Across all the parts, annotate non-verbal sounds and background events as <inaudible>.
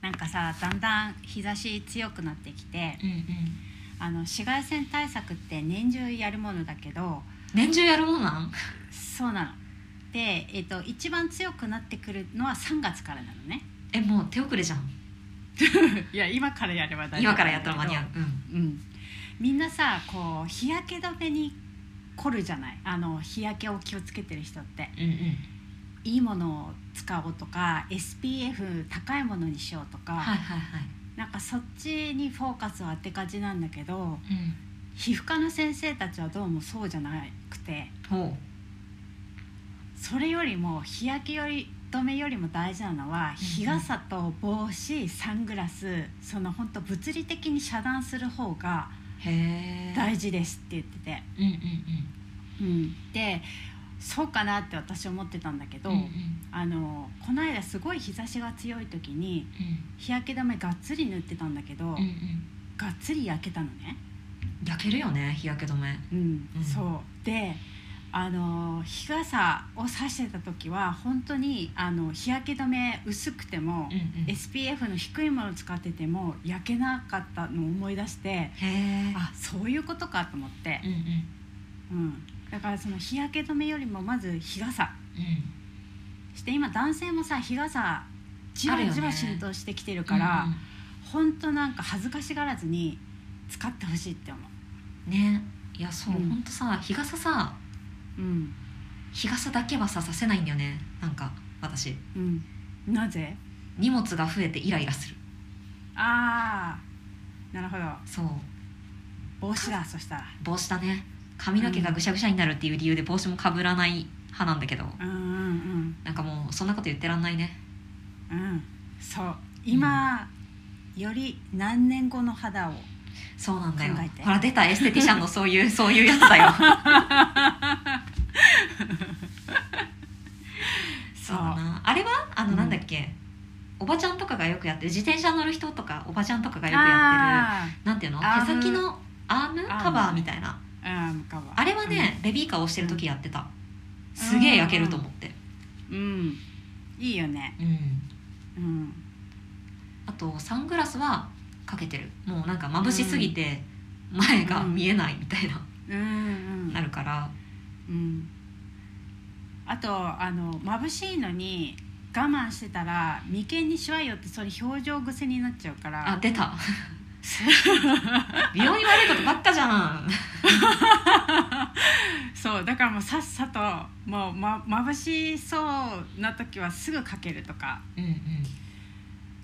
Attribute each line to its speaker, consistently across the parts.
Speaker 1: なんかさだんだん日差し強くなってきて
Speaker 2: うんうん
Speaker 1: あの紫外線対策って年中やるものだけど
Speaker 2: 年中やるもんなん
Speaker 1: そうなの。で、えっと一番強くなってくるのは3月からなのね。
Speaker 2: えもう手遅れじゃん
Speaker 1: <laughs> いや今からやれば大
Speaker 2: 今からやったら間に合う、うん、
Speaker 1: うん、みんなさこう日焼け止めに凝るじゃないあの日焼けを気をつけてる人って
Speaker 2: うんうん
Speaker 1: いいものを使おうとか SPF 高いものにしようとか、
Speaker 2: はいはいはい
Speaker 1: なんかそっちにフォーカスを当てがちなんだけど
Speaker 2: うん
Speaker 1: 皮膚科の先生たちはどうもそうじゃなくて
Speaker 2: ほ
Speaker 1: それよりも日焼けより止めよりも大事なのは日傘と帽子サングラスその本当物理的に遮断する方が
Speaker 2: うへえ
Speaker 1: 大事ですって言ってて。
Speaker 2: うんうんうん
Speaker 1: うん、でそうかなって私思ってたんだけど、
Speaker 2: うんうん
Speaker 1: あのこの間すごい日差しが強い時に日焼け止めがっつり塗ってたんだけど、
Speaker 2: うんうんうん
Speaker 1: がっつり焼けたのね、
Speaker 2: 焼けるよね日焼け止め
Speaker 1: うん
Speaker 2: うん
Speaker 1: そうであの日傘を差してた時は本当にあの日焼け止め薄くても、
Speaker 2: うんうん
Speaker 1: SPF の低いものを使ってても焼けなかったのを思い出して
Speaker 2: へえ
Speaker 1: あそういうことかと思って
Speaker 2: う、んうん
Speaker 1: うん、だからその日焼け止めよりもまず日傘
Speaker 2: うん
Speaker 1: して今男性もさ日傘じわじわ浸透してきてるから
Speaker 2: うんうん
Speaker 1: 本当、ほんとなんか恥ずかしがらずに使ってほしいって思
Speaker 2: ねいやそう、
Speaker 1: うん
Speaker 2: ほんとさ日傘さ
Speaker 1: ううん、
Speaker 2: 日傘だけはささせないんだよねなんか私
Speaker 1: うん、なぜ
Speaker 2: 荷物が増えてイライラする
Speaker 1: ああなるほど
Speaker 2: そう
Speaker 1: 帽子だそしたら
Speaker 2: 帽子だね髪の毛がぐしゃぐしゃになるっていう理由で帽子もかぶらない派なんだけど
Speaker 1: うんうん
Speaker 2: なんかもうそんなこと言ってらんないね
Speaker 1: うんうんそう今、より何年後の肌を
Speaker 2: そうなんだよ
Speaker 1: 考えて
Speaker 2: ほら出たエステティシャンのそういう <laughs> そういうやつだよそうだなあれはあ
Speaker 1: う
Speaker 2: の
Speaker 1: ん
Speaker 2: なんだっけ、おばちゃんとかがよくやってる自転車乗る人とかおばちゃんとかがよくやってるなんていうの手
Speaker 1: アーム
Speaker 2: 先のアーム
Speaker 1: アーム
Speaker 2: カバーみたいな
Speaker 1: あーうんか
Speaker 2: あれはね、ベビーカーを押してる時やってたすげえ焼けると思って
Speaker 1: うん、うんいいよね
Speaker 2: うん
Speaker 1: うん
Speaker 2: あとサングラスはかけてるもうなんか眩しすぎて前が見えないみたいな、
Speaker 1: うんうん
Speaker 2: なるから
Speaker 1: うん、あとあの眩しいのに我慢してたら眉間にしわ寄ってそれ表情癖になっちゃうから
Speaker 2: あ出た美容に悪いことばっかじゃん
Speaker 1: そうだからもうさっさともう、ま、眩しそうな時はすぐかけるとか
Speaker 2: うんうん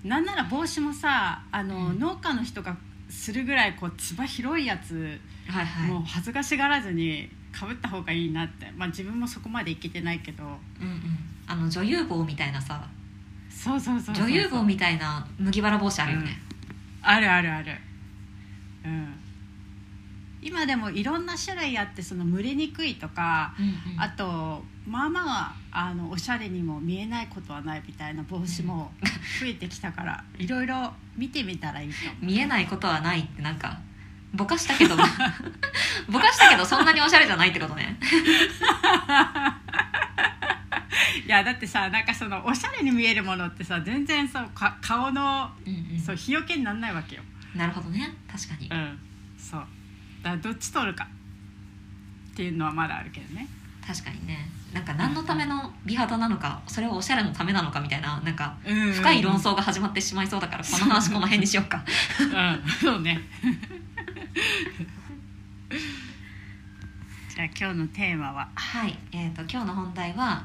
Speaker 1: なんなら帽子もさあの、
Speaker 2: うん
Speaker 1: 農家の人がするぐらいこうつば広いやつ、
Speaker 2: はいはい
Speaker 1: もう恥ずかしがらずにかぶった方がいいなってまあ自分もそこまでいけてないけど
Speaker 2: うんうんあの女優帽みたいなさ
Speaker 1: そうそうそうそう
Speaker 2: 女優帽みたいな麦わら帽子あるよね、
Speaker 1: あるあるあるうん今でもいろんな種類あってその蒸れにくいとか
Speaker 2: うん
Speaker 1: あとまあまああのおしゃれにも見えないことはないみたいな帽子も増えてきたからいろいろ見てみたらいいと思う
Speaker 2: 見えないことはないってなんかぼかしたけど <laughs> ぼかしたけどそんなにおしゃれじゃないってことね
Speaker 1: いやだってさなんかそのおしゃれに見えるものってさ全然そうか顔の
Speaker 2: うんうん
Speaker 1: そう日よけにならないわけよ
Speaker 2: なるほどね確かに
Speaker 1: うんそうだからどっち取るかっていうのはまだあるけどね
Speaker 2: 確かにねなんか何のための美肌なのかそれはおしゃれのためなのかみたいななんか
Speaker 1: うん
Speaker 2: 深い論争が始まってしまいそうだからこの話この辺にしようか
Speaker 1: <laughs> うん、そうね。じゃあ今日のテーマは、
Speaker 2: はい、えー、と今日の本題は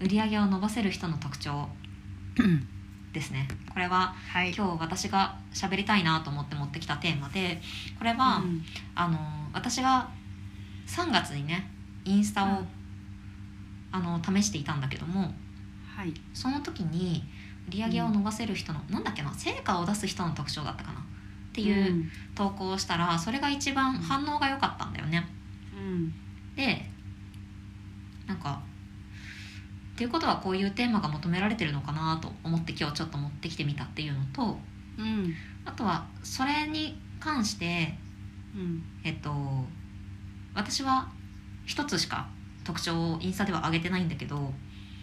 Speaker 2: 売り上げを伸ばせる人の特徴ですねこれは
Speaker 1: はい。
Speaker 2: 今日私が喋りたいなと思って持ってきたテーマでこれは、
Speaker 1: うん
Speaker 2: あの私が3月にねインスタを、
Speaker 1: うん
Speaker 2: あの試していたんだけども
Speaker 1: はい。
Speaker 2: その時に売り上げを伸ばせる人の、なんだっけな成果を出す人の特徴だったかなっていう
Speaker 1: うん
Speaker 2: 投稿をしたらそれが一番反応が良かったんだよね。
Speaker 1: うん
Speaker 2: でなんかっていうことはこういうテーマが求められてるのかなと思って今日ちょっと持ってきてみたっていうのと
Speaker 1: うん
Speaker 2: あとはそれに関して
Speaker 1: うん
Speaker 2: えっと私は一つしか特徴をインスタでは上げてないんだけど、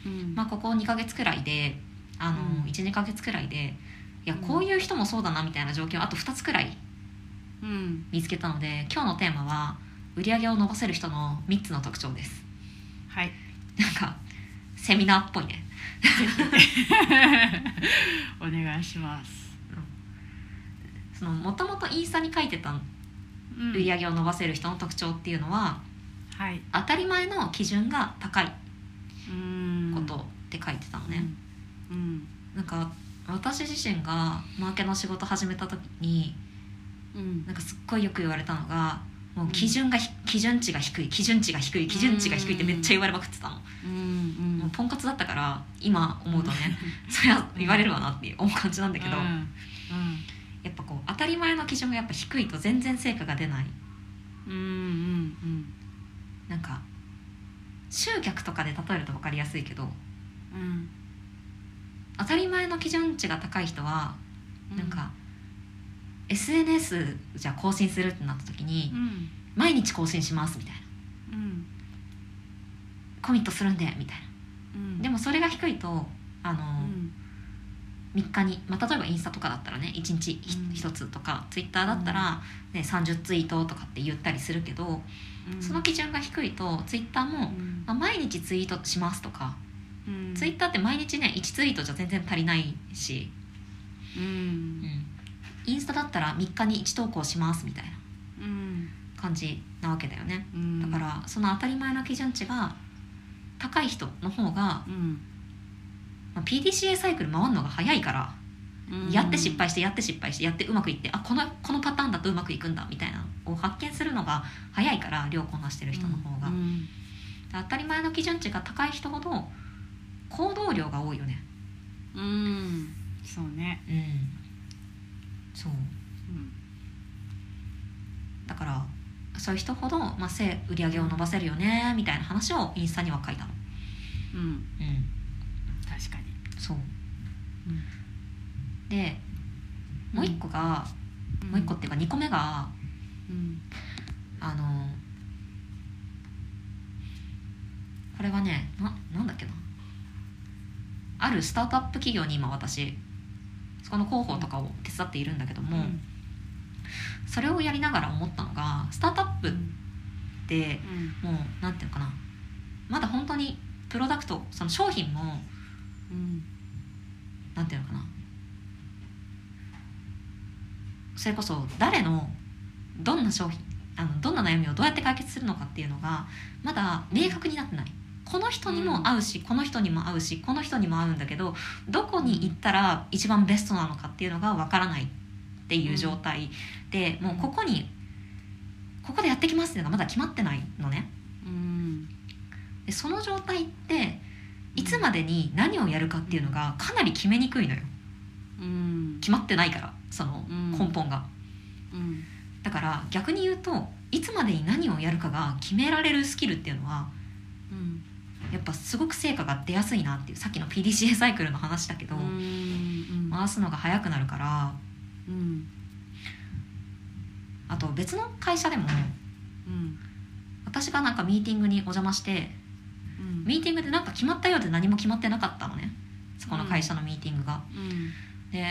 Speaker 1: うん
Speaker 2: まあ、ここ2ヶ月くらいであの、
Speaker 1: うん
Speaker 2: 12ヶ月くらいでや
Speaker 1: うん
Speaker 2: こういう人もそうだなみたいな状況あと2つくらい
Speaker 1: うん
Speaker 2: 見つけたので今日のテーマは売り上げを伸ばせる人の3つの特徴です
Speaker 1: はい <laughs>
Speaker 2: なんかセミナーっぽいね
Speaker 1: お願いします、
Speaker 2: そのもともとインスタに書いてた
Speaker 1: うん
Speaker 2: 売り上げを伸ばせる人の特徴っていうのは
Speaker 1: はい
Speaker 2: 当たり前の基準が高い
Speaker 1: うん
Speaker 2: ことって書いてたのね、
Speaker 1: うん
Speaker 2: なんか私自身がマーケの仕事始めた時に
Speaker 1: うん
Speaker 2: なんかすっごいよく言われたのがもう基準がひ、基準値が低い基準値が低い基準値が低いってめっちゃ言われまくってたの、
Speaker 1: うんう
Speaker 2: もうんポンコツだったから今思うとね、 <laughs> それは言われるわなって思う感じなんだ
Speaker 1: だ
Speaker 2: けど、
Speaker 1: うん
Speaker 2: やっぱこう当たり前の基準がやっぱ低いと全然成果が出ない
Speaker 1: うんうん
Speaker 2: なんか集客とかで例えると分かりやすいけど
Speaker 1: うんうん
Speaker 2: 当たり前の基準値が高い人は
Speaker 1: う
Speaker 2: なんか、SNS じゃあ更新するってなった時に、
Speaker 1: うん
Speaker 2: 毎日更新しますみたいな
Speaker 1: うん
Speaker 2: コミットするんでみたい
Speaker 1: うん
Speaker 2: なでもそれが低いとあの、
Speaker 1: うん
Speaker 2: 3日に、まあ、例えばインスタとかだったらね1日
Speaker 1: うん
Speaker 2: 1つとか、ツイッターだったら、ね、30ツイートとかって言ったりするけど、
Speaker 1: うん
Speaker 2: その基準が低いとツイッターも、
Speaker 1: うん
Speaker 2: まあ、毎日ツイートしますとか、
Speaker 1: うん
Speaker 2: ツイッターって毎日ね1ツイートじゃ全然足りないし、
Speaker 1: う
Speaker 2: うんんインスタだったら3日に1投稿しますみたいな
Speaker 1: うん
Speaker 2: 感じなわけだよね。
Speaker 1: うん
Speaker 2: だからその当たり前の基準値が高い人の方が、
Speaker 1: うん
Speaker 2: まあ、PDCA サイクル回るのが早いから、
Speaker 1: うん
Speaker 2: やって失敗してやって失敗してやってうまくいってあこのこのパターンだとうまくいくんだみたいなのを発見するのが早いから量こなしてる人の方が、
Speaker 1: う
Speaker 2: で
Speaker 1: ん
Speaker 2: 当たり前の基準値が高い人ほど行動量が多いよね。
Speaker 1: うんそうね
Speaker 2: うん、そう
Speaker 1: うん
Speaker 2: だからそういう人ほど、まあ、せ売り上げを伸ばせるよねみたいな話をインスタには書いたの。
Speaker 1: うん
Speaker 2: うん
Speaker 1: 確かに
Speaker 2: そう、
Speaker 1: うん
Speaker 2: でもう一個が、もう一個っていうか2個目が
Speaker 1: うん
Speaker 2: あのこれはねななんだっけなあるスタートアップ企業に今私そこの広報とかを手伝っているんだけども、
Speaker 1: うん
Speaker 2: それをやりながら思ったのがスタートアップって
Speaker 1: うん
Speaker 2: もうなんていうのかなまだ本当にプロダクトその商品も
Speaker 1: うん
Speaker 2: なんていうのかなそれこそ誰のどんな商品あのどんな悩みをどうやって解決するのかっていうのがまだ明確になってないこの人にも合うし、この人にも合うしこの人にも合うんだけどどこに行ったら一番ベストなのかっていうのがわからないっていう状態で、もうここにここでやってきますっていうのがまだ決まってないのね。
Speaker 1: うん
Speaker 2: でその状態っていつまでに何をやるかっていうのがかなり決めにくいのよ。
Speaker 1: うん
Speaker 2: 決まってないからその
Speaker 1: うん
Speaker 2: 根本が、
Speaker 1: うん
Speaker 2: だから逆に言うといつまでに何をやるかが決められるスキルっていうのは
Speaker 1: うん
Speaker 2: やっぱすごく成果が出やすいなっていうさっきの PDCA サイクルの話だけど、
Speaker 1: うん
Speaker 2: 回すのが早くなるから
Speaker 1: うん
Speaker 2: あと別の会社でも
Speaker 1: うん
Speaker 2: 私がなんかミーティングにお邪魔して
Speaker 1: うん
Speaker 2: ミーティングでなんか決まったようで何も決まってなかったのねそこの会社のミーティングが。
Speaker 1: うん
Speaker 2: で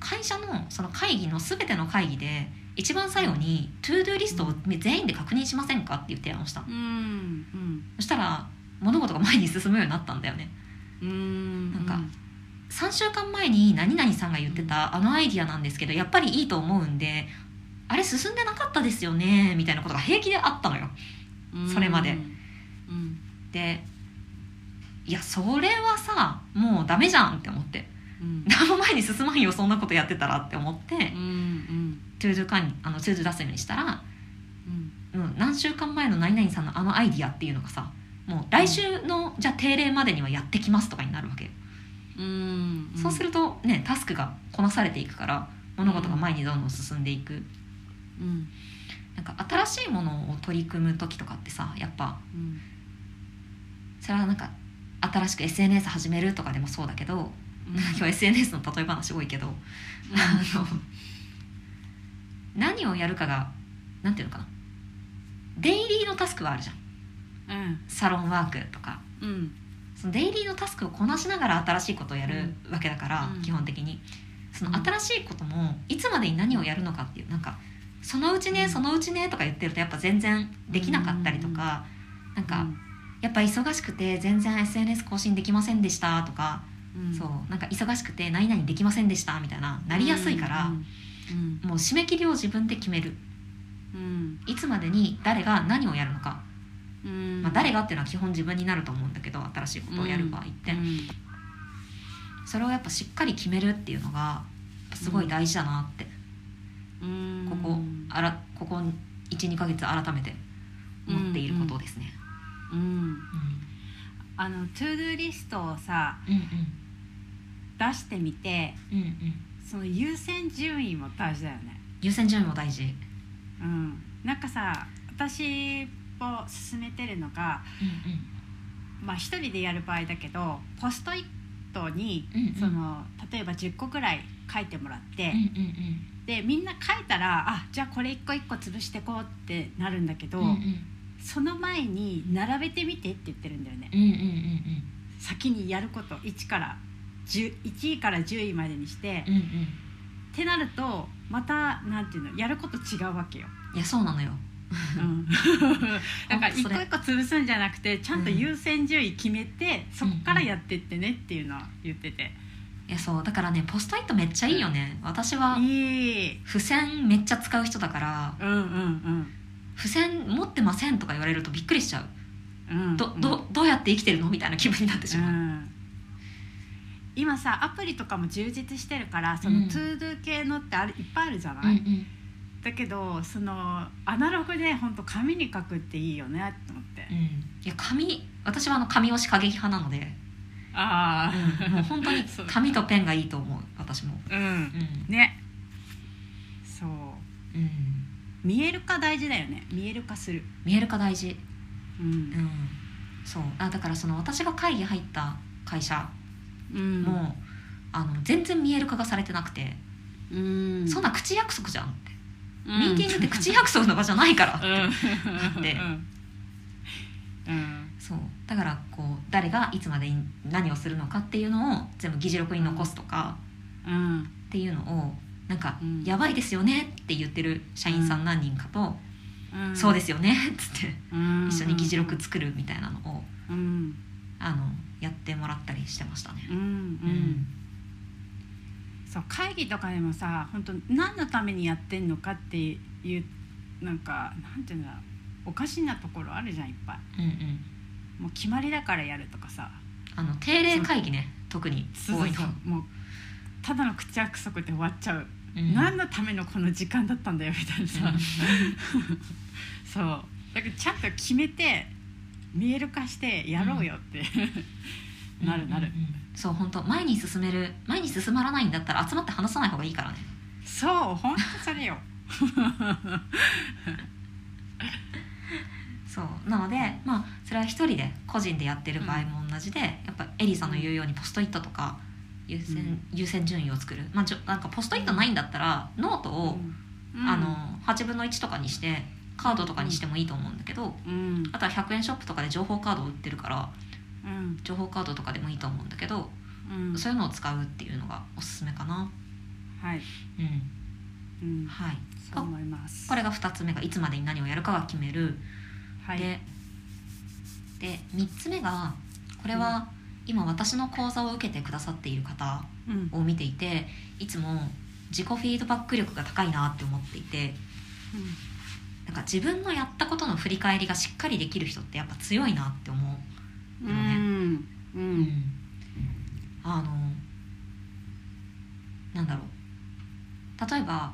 Speaker 2: 会社のその会議の全ての会議で一番最後に「トゥードゥーリストを全員で確認しませんか?」っていう提案をしたの
Speaker 1: うん
Speaker 2: そしたら物事が前に進むようになったんだよね
Speaker 1: うん
Speaker 2: なんか3週間前に何々さんが言ってたあのアイディアなんですけどやっぱりいいと思うんであれ進んでなかったですよねみたいなことが平気であったのよ
Speaker 1: うん
Speaker 2: それまで
Speaker 1: うん
Speaker 2: でいやそれはさもうダメじゃんって思って
Speaker 1: うん
Speaker 2: 何も前に進まんよそんなことやってたらって思って、
Speaker 1: うん
Speaker 2: トゥードゥ管理あのトゥードゥ出すようにしたら、
Speaker 1: うん
Speaker 2: うん、何週間前の何々さんのあのアイディアっていうのがさもう来週のじゃあ定例までにはやってきますとかになるわけよ、
Speaker 1: うん
Speaker 2: そうするとねタスクがこなされていくから物事が前にどんどん進んでいく、
Speaker 1: うん
Speaker 2: なんか新しいものを取り組む時とかってさやっぱ
Speaker 1: うん
Speaker 2: それはなんか新しく SNS 始めるとかでもそうだけど今日 SNS の例え話多いけどあの何をやるかがなんていうのかなデイリーのタスクはあるじゃん
Speaker 1: うん
Speaker 2: サロンワークとか
Speaker 1: うん
Speaker 2: そそのデイリーのタスクをこなしながら新しいことをやるわけだから、
Speaker 1: うん
Speaker 2: 基本的にその
Speaker 1: うん
Speaker 2: 新しいこともいつまでに何をやるのかっていうなんかそのうち
Speaker 1: う
Speaker 2: ね
Speaker 1: ん
Speaker 2: そのうちねとか言ってるとやっぱ全然できなかったりとか、なんか、やっぱ忙しくて全然 SNS 更新できませんでしたとか、
Speaker 1: うん
Speaker 2: そうなんか忙しくて何々できませんでしたみたいななりやすいから、
Speaker 1: うん
Speaker 2: もう締め切りを自分で決める
Speaker 1: うん
Speaker 2: いつまでに誰が何をやるのか、
Speaker 1: うん
Speaker 2: まあ、誰がっていうのは基本自分になると思うんだけど新しいことをやる場合って、
Speaker 1: うん
Speaker 2: それをやっぱしっかり決めるっていうのがやっぱすごい大事だなって、
Speaker 1: うん
Speaker 2: ここあらここ12ヶ月改めて思っていることですね。
Speaker 1: うんあのトゥードゥーリストをさ
Speaker 2: うんうん
Speaker 1: 出してみて
Speaker 2: うんうん
Speaker 1: その優先順位も大事だよね
Speaker 2: 優先順位も大事、
Speaker 1: うんなんかさ私を勧めてるのがまあ一人でやる場合だけどポストイットに
Speaker 2: うんうん
Speaker 1: その例えば10個ぐらい書いてもらって
Speaker 2: うん、うん
Speaker 1: でみんな書いたらあじゃあこれ一個一個潰してこうってなるんだけど、
Speaker 2: うんうんうん
Speaker 1: その前に並べてみてって言ってるんだよね、
Speaker 2: うんうんうん
Speaker 1: 先にやること1から10 1位から10位までにして、
Speaker 2: うんうんうん
Speaker 1: ってなるとまたなんていうのやること違うわ
Speaker 2: <laughs>
Speaker 1: けよ、
Speaker 2: いやそうなのよ <laughs>
Speaker 1: うん、だから
Speaker 2: ほんと
Speaker 1: 一
Speaker 2: そ
Speaker 1: 個
Speaker 2: れ
Speaker 1: 一個潰すんじゃなくてちゃんと
Speaker 2: うん
Speaker 1: 優先順位決めて、そっからやってってねっていうのは言ってて、
Speaker 2: いやそうだからねポストイットめっちゃいいよね私はい
Speaker 1: い
Speaker 2: 付箋めっちゃ使う人だから
Speaker 1: うんうん
Speaker 2: 付箋持ってませんとか言われるとびっくりしちゃう
Speaker 1: うんうん
Speaker 2: どどどうやって生きてるのみたいな気分になってしまう、
Speaker 1: うん今さアプリとかも充実してるからそうの
Speaker 2: ん
Speaker 1: ToDo 系のってあるいっぱいあるじゃ
Speaker 2: う
Speaker 1: なんい、
Speaker 2: うん
Speaker 1: だけどそのアナログで本当紙に書くっていいよねと思って、
Speaker 2: うん、いや紙私はあの紙押し過激派なので、
Speaker 1: ああ、
Speaker 2: もう本当
Speaker 1: <laughs>
Speaker 2: に
Speaker 1: そう
Speaker 2: 紙とペンがいいと思う私も、
Speaker 1: うん
Speaker 2: うん
Speaker 1: ねそう
Speaker 2: うん、
Speaker 1: 見える化大事だよね見える化する
Speaker 2: 見える化大事、
Speaker 1: う
Speaker 2: うんん、そうあだからその私が会議入った会社
Speaker 1: うん
Speaker 2: も、あの全然見える化がされてなくて、
Speaker 1: うん
Speaker 2: そんな口約束じゃんって、
Speaker 1: うん
Speaker 2: ミーティングって口約束の場じゃないから
Speaker 1: <laughs> うん
Speaker 2: なって
Speaker 1: うんうん
Speaker 2: そうだからこう誰がいつまでに何をするのかっていうのを全部議事録に残すとか
Speaker 1: うん
Speaker 2: っていうのをなんか、
Speaker 1: うん
Speaker 2: やばいですよね」って言ってる社員さん何人かと「
Speaker 1: うん
Speaker 2: そうですよね」 <laughs> っつって
Speaker 1: うん
Speaker 2: 一緒に議事録作るみたいなのを
Speaker 1: うん
Speaker 2: あのやってもらったりしてましたね
Speaker 1: う。んうんそう会議とかでもさ本当何のためにやってんのかっていうなんかなんていうんだろうおかしなところあるじゃんいっぱい
Speaker 2: うんうん
Speaker 1: もう決まりだからやるとかさ
Speaker 2: あの定例会議ね特に
Speaker 1: そう
Speaker 2: 多い
Speaker 1: そ
Speaker 2: の
Speaker 1: う、もうただの口約束で終わっちゃう、
Speaker 2: うん
Speaker 1: 何のためのこの時間だったんだよみたいなさ、そうだからちゃんと決めて見える化してやろうよって、
Speaker 2: うん
Speaker 1: なるなる
Speaker 2: うんうんそう本当前に進める前に進まらないんだったら集まって話さない方がいいからね
Speaker 1: そう本当それ
Speaker 2: <laughs>
Speaker 1: よ
Speaker 2: そうなのでまあそれは一人で個人でやってる場合も同じで、やっぱエリーさんの言うようにポストイットとか優先,、
Speaker 1: うん
Speaker 2: 優先順位を作る、まあ、ちょなんかポストイットないんだったらノートを、
Speaker 1: うん
Speaker 2: あの8分の1とかにしてカードとかにしてもいいと思うんだけど、
Speaker 1: うん
Speaker 2: あとは100円ショップとかで情報カードを売ってるから
Speaker 1: うん
Speaker 2: 情報カードとかでもいいと思うんだけど、
Speaker 1: うん
Speaker 2: そういうのを使うっていうのがおすすめかな。
Speaker 1: はい、
Speaker 2: うん
Speaker 1: うん、
Speaker 2: はい、
Speaker 1: そう思います
Speaker 2: これが2つ目がいつまでに何をやるかが決める。
Speaker 1: はい
Speaker 2: でで3つ目がこれは今私の講座を受けてくださっている方
Speaker 1: うん
Speaker 2: を見ていていつも自己フィードバック力が高いなって思っていてなんか自分のやったことの振り返りがしっかりできる人ってやっぱ強いなって思
Speaker 1: うんうんう
Speaker 2: う、
Speaker 1: ん
Speaker 2: あのなんだろう例えば、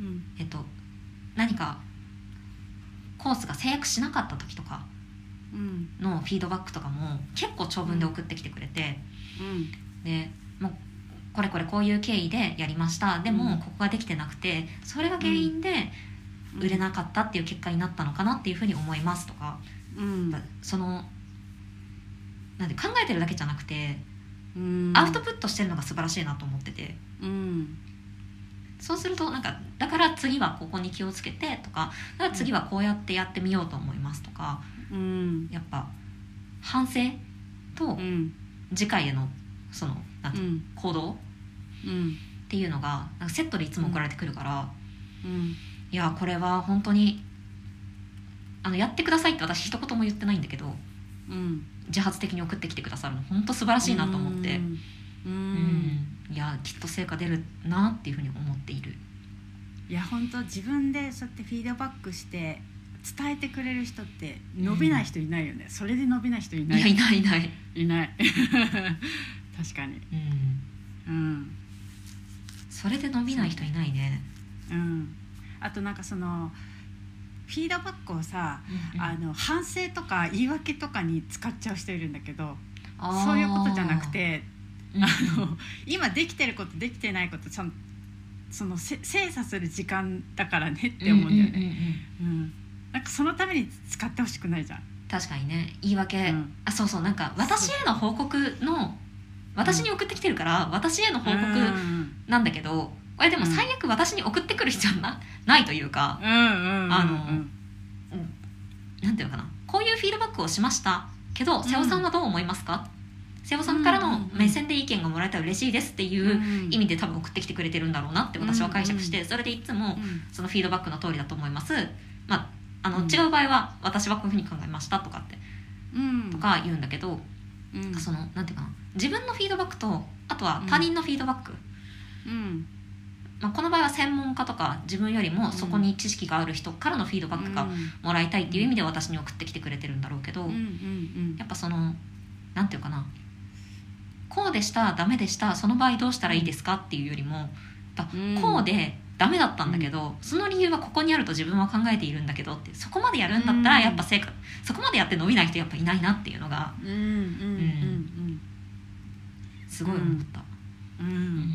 Speaker 1: うん
Speaker 2: えっと、何かコースが制約しなかった時とか
Speaker 1: うん
Speaker 2: のフィードバックとかも結構長文で送ってきてくれて、でもうこれこれこういう経緯でやりましたで
Speaker 1: う
Speaker 2: も
Speaker 1: ん
Speaker 2: ここができてなくてそれが原因で
Speaker 1: うん
Speaker 2: 売れなかったっていう結果になったのかなっていうふうに思いますとか、
Speaker 1: うん
Speaker 2: やっぱそのなんで考えてるだけじゃなくて
Speaker 1: うん
Speaker 2: アウトプットしてるのが素晴らしいなと思ってて。
Speaker 1: うん
Speaker 2: そうするとなんかだから次はここに気をつけてとかだから次はこうやってやってみようと思いますとか
Speaker 1: うん
Speaker 2: やっぱ反省と
Speaker 1: うん
Speaker 2: 次回へのそのなん
Speaker 1: う
Speaker 2: ていうん行動っ
Speaker 1: うん
Speaker 2: ていうのがなんかセットでいつも送られてくるから、
Speaker 1: うん
Speaker 2: いやこれは本当にあのやってくださいって私一言も言ってないんだけど
Speaker 1: うん
Speaker 2: 自発的に送ってきてくださるの本当素晴らしいなと思って
Speaker 1: うんう
Speaker 2: うんんいやきっと成果出るなっていうふうに思っている
Speaker 1: いや本当自分でそうやってフィードバックして伝えてくれる人って伸びない人いないよね、それで伸びない人い
Speaker 2: い
Speaker 1: な
Speaker 2: や
Speaker 1: い
Speaker 2: いないいない、
Speaker 1: いない <laughs> 確かに
Speaker 2: うん、
Speaker 1: うん
Speaker 2: それで伸びない人いないね
Speaker 1: うんあとなんかそのフィードバックをさ、あの反省とか言い訳とかに使っちゃう人いるんだけどそういうことじゃなくて
Speaker 2: うん
Speaker 1: あの今できてることできてないことちゃんそのせ精査する時間だからねって思うんだよね。
Speaker 2: んんうん
Speaker 1: うんなんかそのために使ってほしくないじゃん。
Speaker 2: 確かにね言い訳、
Speaker 1: うん
Speaker 2: あそうそうなんか私への報告の私に送ってきてるから、私への報告
Speaker 1: うん
Speaker 2: なんだけど、これでも最悪私に送ってくる必要はなないというか
Speaker 1: うんうんうん
Speaker 2: あのなんていうのかなこういうフィードバックをしましたけど瀬尾さんはどう思いますか、瀬尾さんからの目線で意見がもらえたら嬉しいですっていううん意味で多分送ってきてくれてるんだろうなって私は解釈して、それでいつも
Speaker 1: うん
Speaker 2: そのフィードバックの通りだと思います。まああの
Speaker 1: うん
Speaker 2: 違う場合は私はこういうふうに考えましたとかって
Speaker 1: うん
Speaker 2: とか言うんだけど、
Speaker 1: うん
Speaker 2: そのなんていうかな自分のフィードバックとあとは他人のフィードバック、
Speaker 1: うん
Speaker 2: まあ、この場合は専門家とか自分よりもそこに知識がある人からのフィードバックがもらいたいっていう意味で私に送ってきてくれてるんだろうけど、
Speaker 1: うんうんうん
Speaker 2: やっぱそのなんていうかなこうでしたダメでしたその場合どうしたらいいですかっていうよりもやっぱ
Speaker 1: うん
Speaker 2: こうでダメだったんだけど、その理由はここにあると自分は考えているんだけどってそこまでやるんだったら
Speaker 1: うん
Speaker 2: やっぱ成果、そこまでやって伸びない人やっぱいないなっていうのが
Speaker 1: うんうん
Speaker 2: すごい思った。
Speaker 1: うんうんうん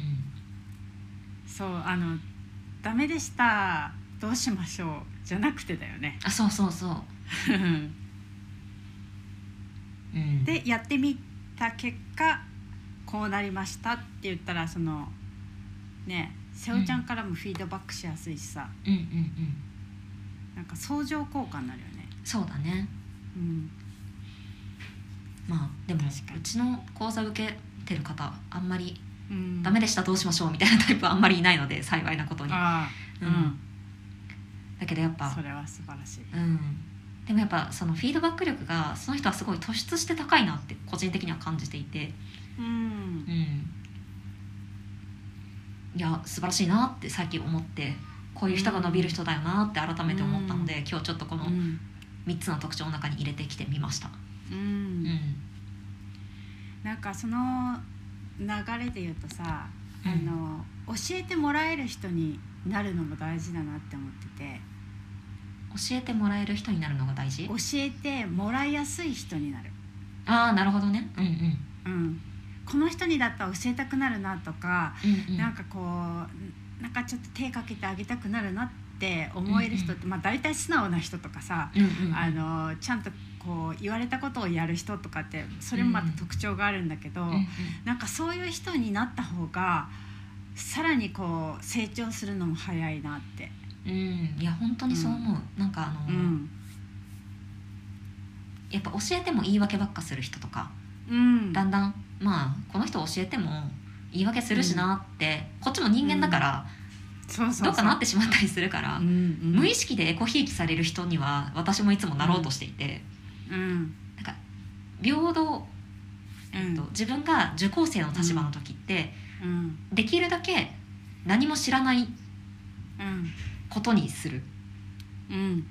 Speaker 1: そうあのダメでしたどうしましょうじゃなくてだよね
Speaker 2: あそうそうそう、うん、
Speaker 1: でやってみた結果こうなりましたって言ったらそのね瀬尾ちゃんからもフィードバックしやすいしさ、
Speaker 2: うんうんうん
Speaker 1: なんか相乗効果になるよね
Speaker 2: そうだね
Speaker 1: うん
Speaker 2: まあでも
Speaker 1: 確かに
Speaker 2: うちの講座受けてる方あんまり
Speaker 1: うん
Speaker 2: ダメでしたどうしましょうみたいなタイプはあんまりいないので幸いなことに、
Speaker 1: ああ
Speaker 2: うん
Speaker 1: うん、
Speaker 2: だけどやっぱ
Speaker 1: それは素晴らしい
Speaker 2: うんでもやっぱそのフィードバック力がその人はすごい突出して高いなって個人的には感じていて
Speaker 1: うん
Speaker 2: うんいや素晴らしいなって最近思ってこういう人が伸びる人だよなって改めて思ったので、今日ちょっとこ
Speaker 1: う
Speaker 2: の
Speaker 1: ん、
Speaker 2: 3つの特徴の中に入れてきてみました。
Speaker 1: う、
Speaker 2: うんん
Speaker 1: なんかその流れで言うとさ、
Speaker 2: うん
Speaker 1: あの教えてもらえる人になるのも大事だなって思ってて
Speaker 2: 教えてもらえる人になるのが大事
Speaker 1: 教えてもらいやすい人になる、
Speaker 2: ああなるほどねうんうん
Speaker 1: うん、この人にだったら教えたくなるなとか、
Speaker 2: うんうん
Speaker 1: なんかこうなんかちょっと手かけてあげたくなるなって思える人って、まあ、大体素直な人とかさ、
Speaker 2: うんうん
Speaker 1: あのちゃんとこう言われたことをやる人とかってそれもまた特徴があるんだけど。
Speaker 2: うんうん
Speaker 1: なんかそういう人になった方がさらにこう成長するのも早いなって、
Speaker 2: うんいや本当にそう思う、なんかあの、
Speaker 1: うん
Speaker 2: やっぱ教えても言い訳ばっかする人とか
Speaker 1: うん、
Speaker 2: だんだんまあこの人教えても言い訳するしなって、こっちも人間だから、
Speaker 1: そうそうそう
Speaker 2: どうかなってしまったりするから、
Speaker 1: うんうん、
Speaker 2: 無意識でエコひいきされる人には私もいつもなろうとしていて、
Speaker 1: うん
Speaker 2: 平等、えっと
Speaker 1: うん
Speaker 2: 自分が受講生の立場の時って、
Speaker 1: うん
Speaker 2: できるだけ何も知らない
Speaker 1: うん
Speaker 2: ことにする
Speaker 1: うん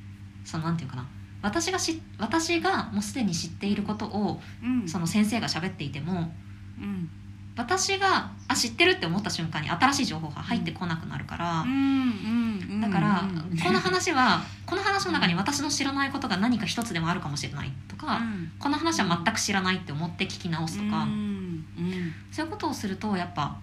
Speaker 2: そのなんていうかな私がし私がもうすでに知っていることを
Speaker 1: うん
Speaker 2: その先生が喋っていても
Speaker 1: うん
Speaker 2: 私があ知ってるって思った瞬間に新しい情報が入ってこなくなるから
Speaker 1: う、んうん
Speaker 2: だから、
Speaker 1: うんうん
Speaker 2: この
Speaker 1: <laughs>
Speaker 2: 話はこの話の中に私の知らないことが何か一つでもあるかもしれないとか、
Speaker 1: うん
Speaker 2: この話は全く知らないって思って聞き直すとか、
Speaker 1: うんうん
Speaker 2: そういうことをするとやっぱ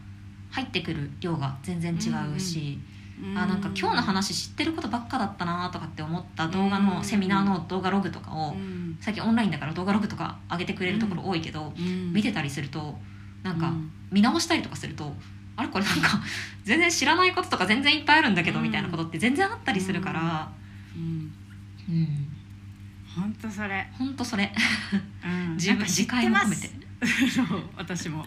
Speaker 2: 入ってくる量が全然違うし、
Speaker 1: うん
Speaker 2: あなんか今日の話知ってることばっかだったなとかって思った動画の、
Speaker 1: うん
Speaker 2: セミナーの動画ログとかを、
Speaker 1: うん
Speaker 2: 最近オンラインだから動画ログとか上げてくれるところ多いけど、
Speaker 1: うん
Speaker 2: 見てたりするとなん
Speaker 1: う
Speaker 2: か
Speaker 1: ん
Speaker 2: 見直したりとかすると、あれこれなんか全然知らないこととか全然いっぱいあるんだけど
Speaker 1: うん
Speaker 2: みたいなことって全然あったりするから、
Speaker 1: うん
Speaker 2: うん
Speaker 1: 本当それ、
Speaker 2: ほんとそれ
Speaker 1: うん、
Speaker 2: 自分
Speaker 1: なんか知ってま
Speaker 2: 自
Speaker 1: すそう私も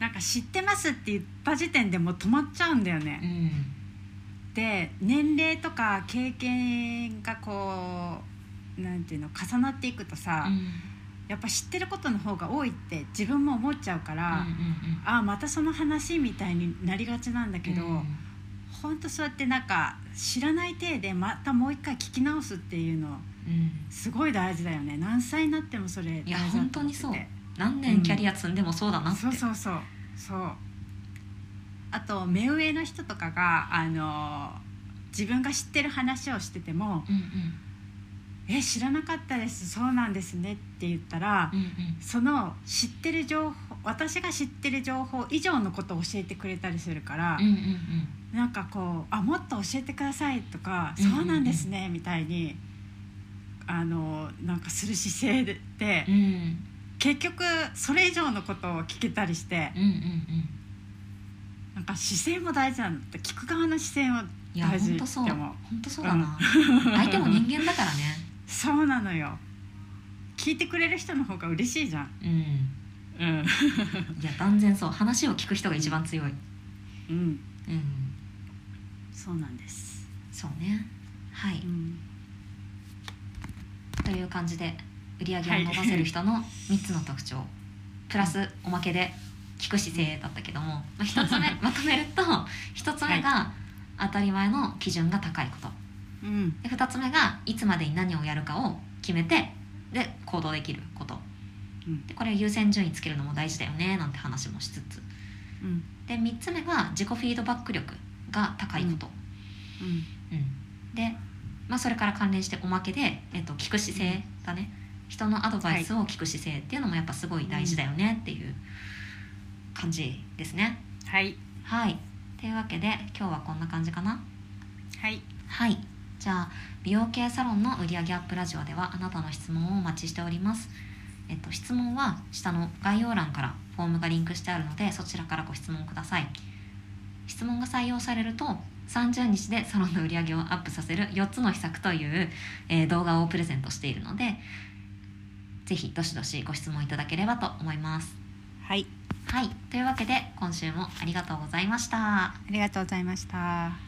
Speaker 1: なんか知ってますって言った時点でもう止まっちゃうんだよね、
Speaker 2: ん
Speaker 1: で年齢とか経験がこうなんていうの重なっていくとさ、やっぱ知ってることの方が多いって自分も思っちゃうから、ああまたその話みたいになりがちなんだけど、ほんとそうやってなんか知らない体でまたもう一回聞き直すっていうのすごい大事だよね何歳になってもそれ大事だと思ってて
Speaker 2: いや本当にそう何年キャリア積んでもそうだなって、
Speaker 1: そうそうそうそうあと目上の人とかがあの自分が知ってる話をしてても
Speaker 2: うんうん
Speaker 1: 「え知らなかったですそうなんですね」って言ったら、
Speaker 2: うんうん
Speaker 1: その知ってる情報私が知ってる情報以上のことを教えてくれたりするから、
Speaker 2: うんうん
Speaker 1: なんかこう「あもっと教えてください」とか「
Speaker 2: うんうんうん
Speaker 1: そうなんですね」みたいにあのなんかする姿勢で、
Speaker 2: うんうん
Speaker 1: 結局それ以上のことを聞けたりして
Speaker 2: うんうんうん
Speaker 1: なんか姿勢も大事なんだって聞く側の姿勢も
Speaker 2: いや
Speaker 1: 大事
Speaker 2: 本当そう
Speaker 1: でも
Speaker 2: 本当そうだな、相手も人間だからね
Speaker 1: <laughs> そうなのよ聞いてくれる人の方が嬉しいじゃん
Speaker 2: うん
Speaker 1: うん、
Speaker 2: いや断然そう話を聞く人が一番強い
Speaker 1: うん、
Speaker 2: うん
Speaker 1: そうなんです、、
Speaker 2: そうねはいう
Speaker 1: ん、
Speaker 2: という感じで売り上げを伸ばせる人の3つの特徴、プラスおまけで聞く姿勢だったけども、まあ、1つ目まとめると1つ目が当たり前の基準が高いこと
Speaker 1: うん
Speaker 2: で2つ目がいつまでに何をやるかを決めてで行動できること
Speaker 1: うん
Speaker 2: でこれを優先順位つけるのも大事だよねなんて話もしつつ
Speaker 1: うん
Speaker 2: で3つ目が自己フィードバック力が高いこと、
Speaker 1: うん
Speaker 2: うんで、まあ、それから関連しておまけで、えっと、聞く姿勢だね人のアドバイスを聞く姿勢っていうのもやっぱすごい大事だよねっていう感じですね。
Speaker 1: はい
Speaker 2: はいというわけで今日はこんな感じかな。
Speaker 1: はい
Speaker 2: はいじゃあ美容系サロンの売上アップラジオではあなたの質問をお待ちしております。えっと、質問は下の概要欄からフォームがリンクしてあるのでそちらからご質問ください質問が採用されると30日でサロンの売り上げをアップさせる4つの秘策という、えー動画をプレゼントしているのでぜひどしどしご質問いただければと思います
Speaker 1: はい
Speaker 2: はいというわけで今週もありがとうございました
Speaker 1: ありがとうございました。